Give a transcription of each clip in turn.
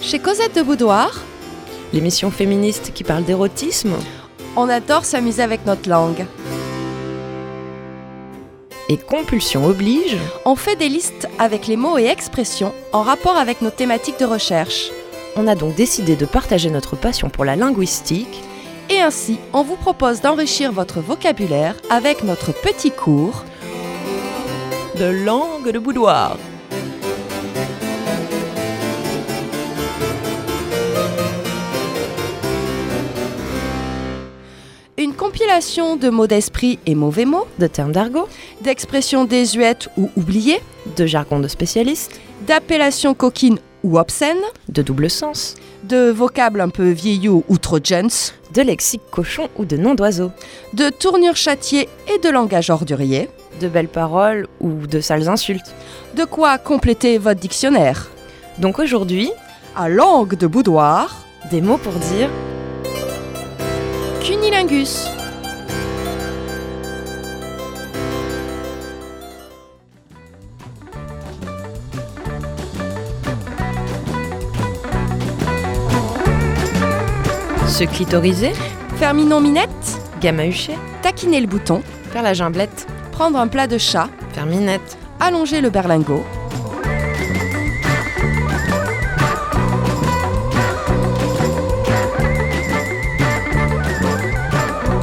Chez Cosette de Boudoir, l'émission féministe qui parle d'érotisme. on adore s'amuser avec notre langue. Et compulsion oblige, On fait des listes avec les mots et expressions en rapport avec nos thématiques de recherche. on a donc décidé de partager notre passion pour la linguistique Et ainsi, on vous propose d'enrichir votre vocabulaire avec notre petit cours. de langue de boudoir. Une compilation de mots d'esprit et mauvais mots, De termes d'argot, d'expressions désuètes ou oubliées, de jargon de spécialiste, d'appellations coquines ou obscènes, de double sens, de vocables un peu vieillots ou trop jeunes, de lexique cochon ou de nom d'oiseau, de tournures châtiées et de langage ordurier, de belles paroles ou de sales insultes. de quoi compléter votre dictionnaire. Donc aujourd'hui, À langue de boudoir, des mots pour dire cunilingus. se clitoriser, Ferminon minette, gamahucher, taquiner le bouton, faire la gimblette, prendre un plat de chat, faire minette, allonger le berlingot.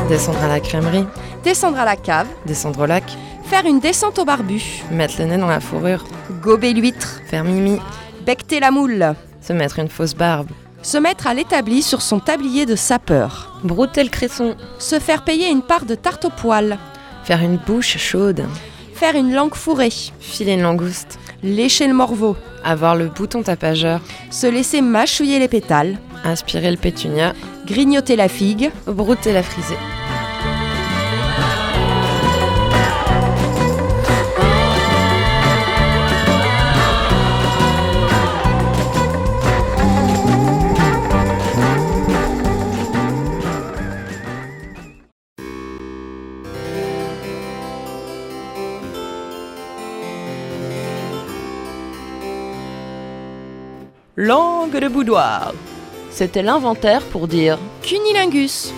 descendre à la crèmerie, descendre à la cave, descendre au lac, faire une descente au barbu, mettre le nez dans la fourrure, gober l'huître, faire mimi, becter la moule, se mettre une fausse barbe, se mettre à l'établi sur son tablier de sapeur, brouter le cresson, se faire payer une part de tarte au poil, faire une bouche chaude, faire une langue fourrée, filer une langouste, lécher le morveau, avoir le bouton tapageur, se laisser mâchouiller les pétales, inspirer le pétunia, grignoter la figue, brouter la frisée. Langue de boudoir. C'était l'inventaire pour dire cunilingus.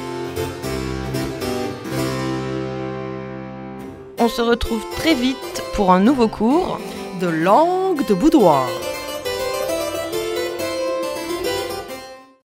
On se retrouve très vite pour un nouveau cours. De langue de boudoir.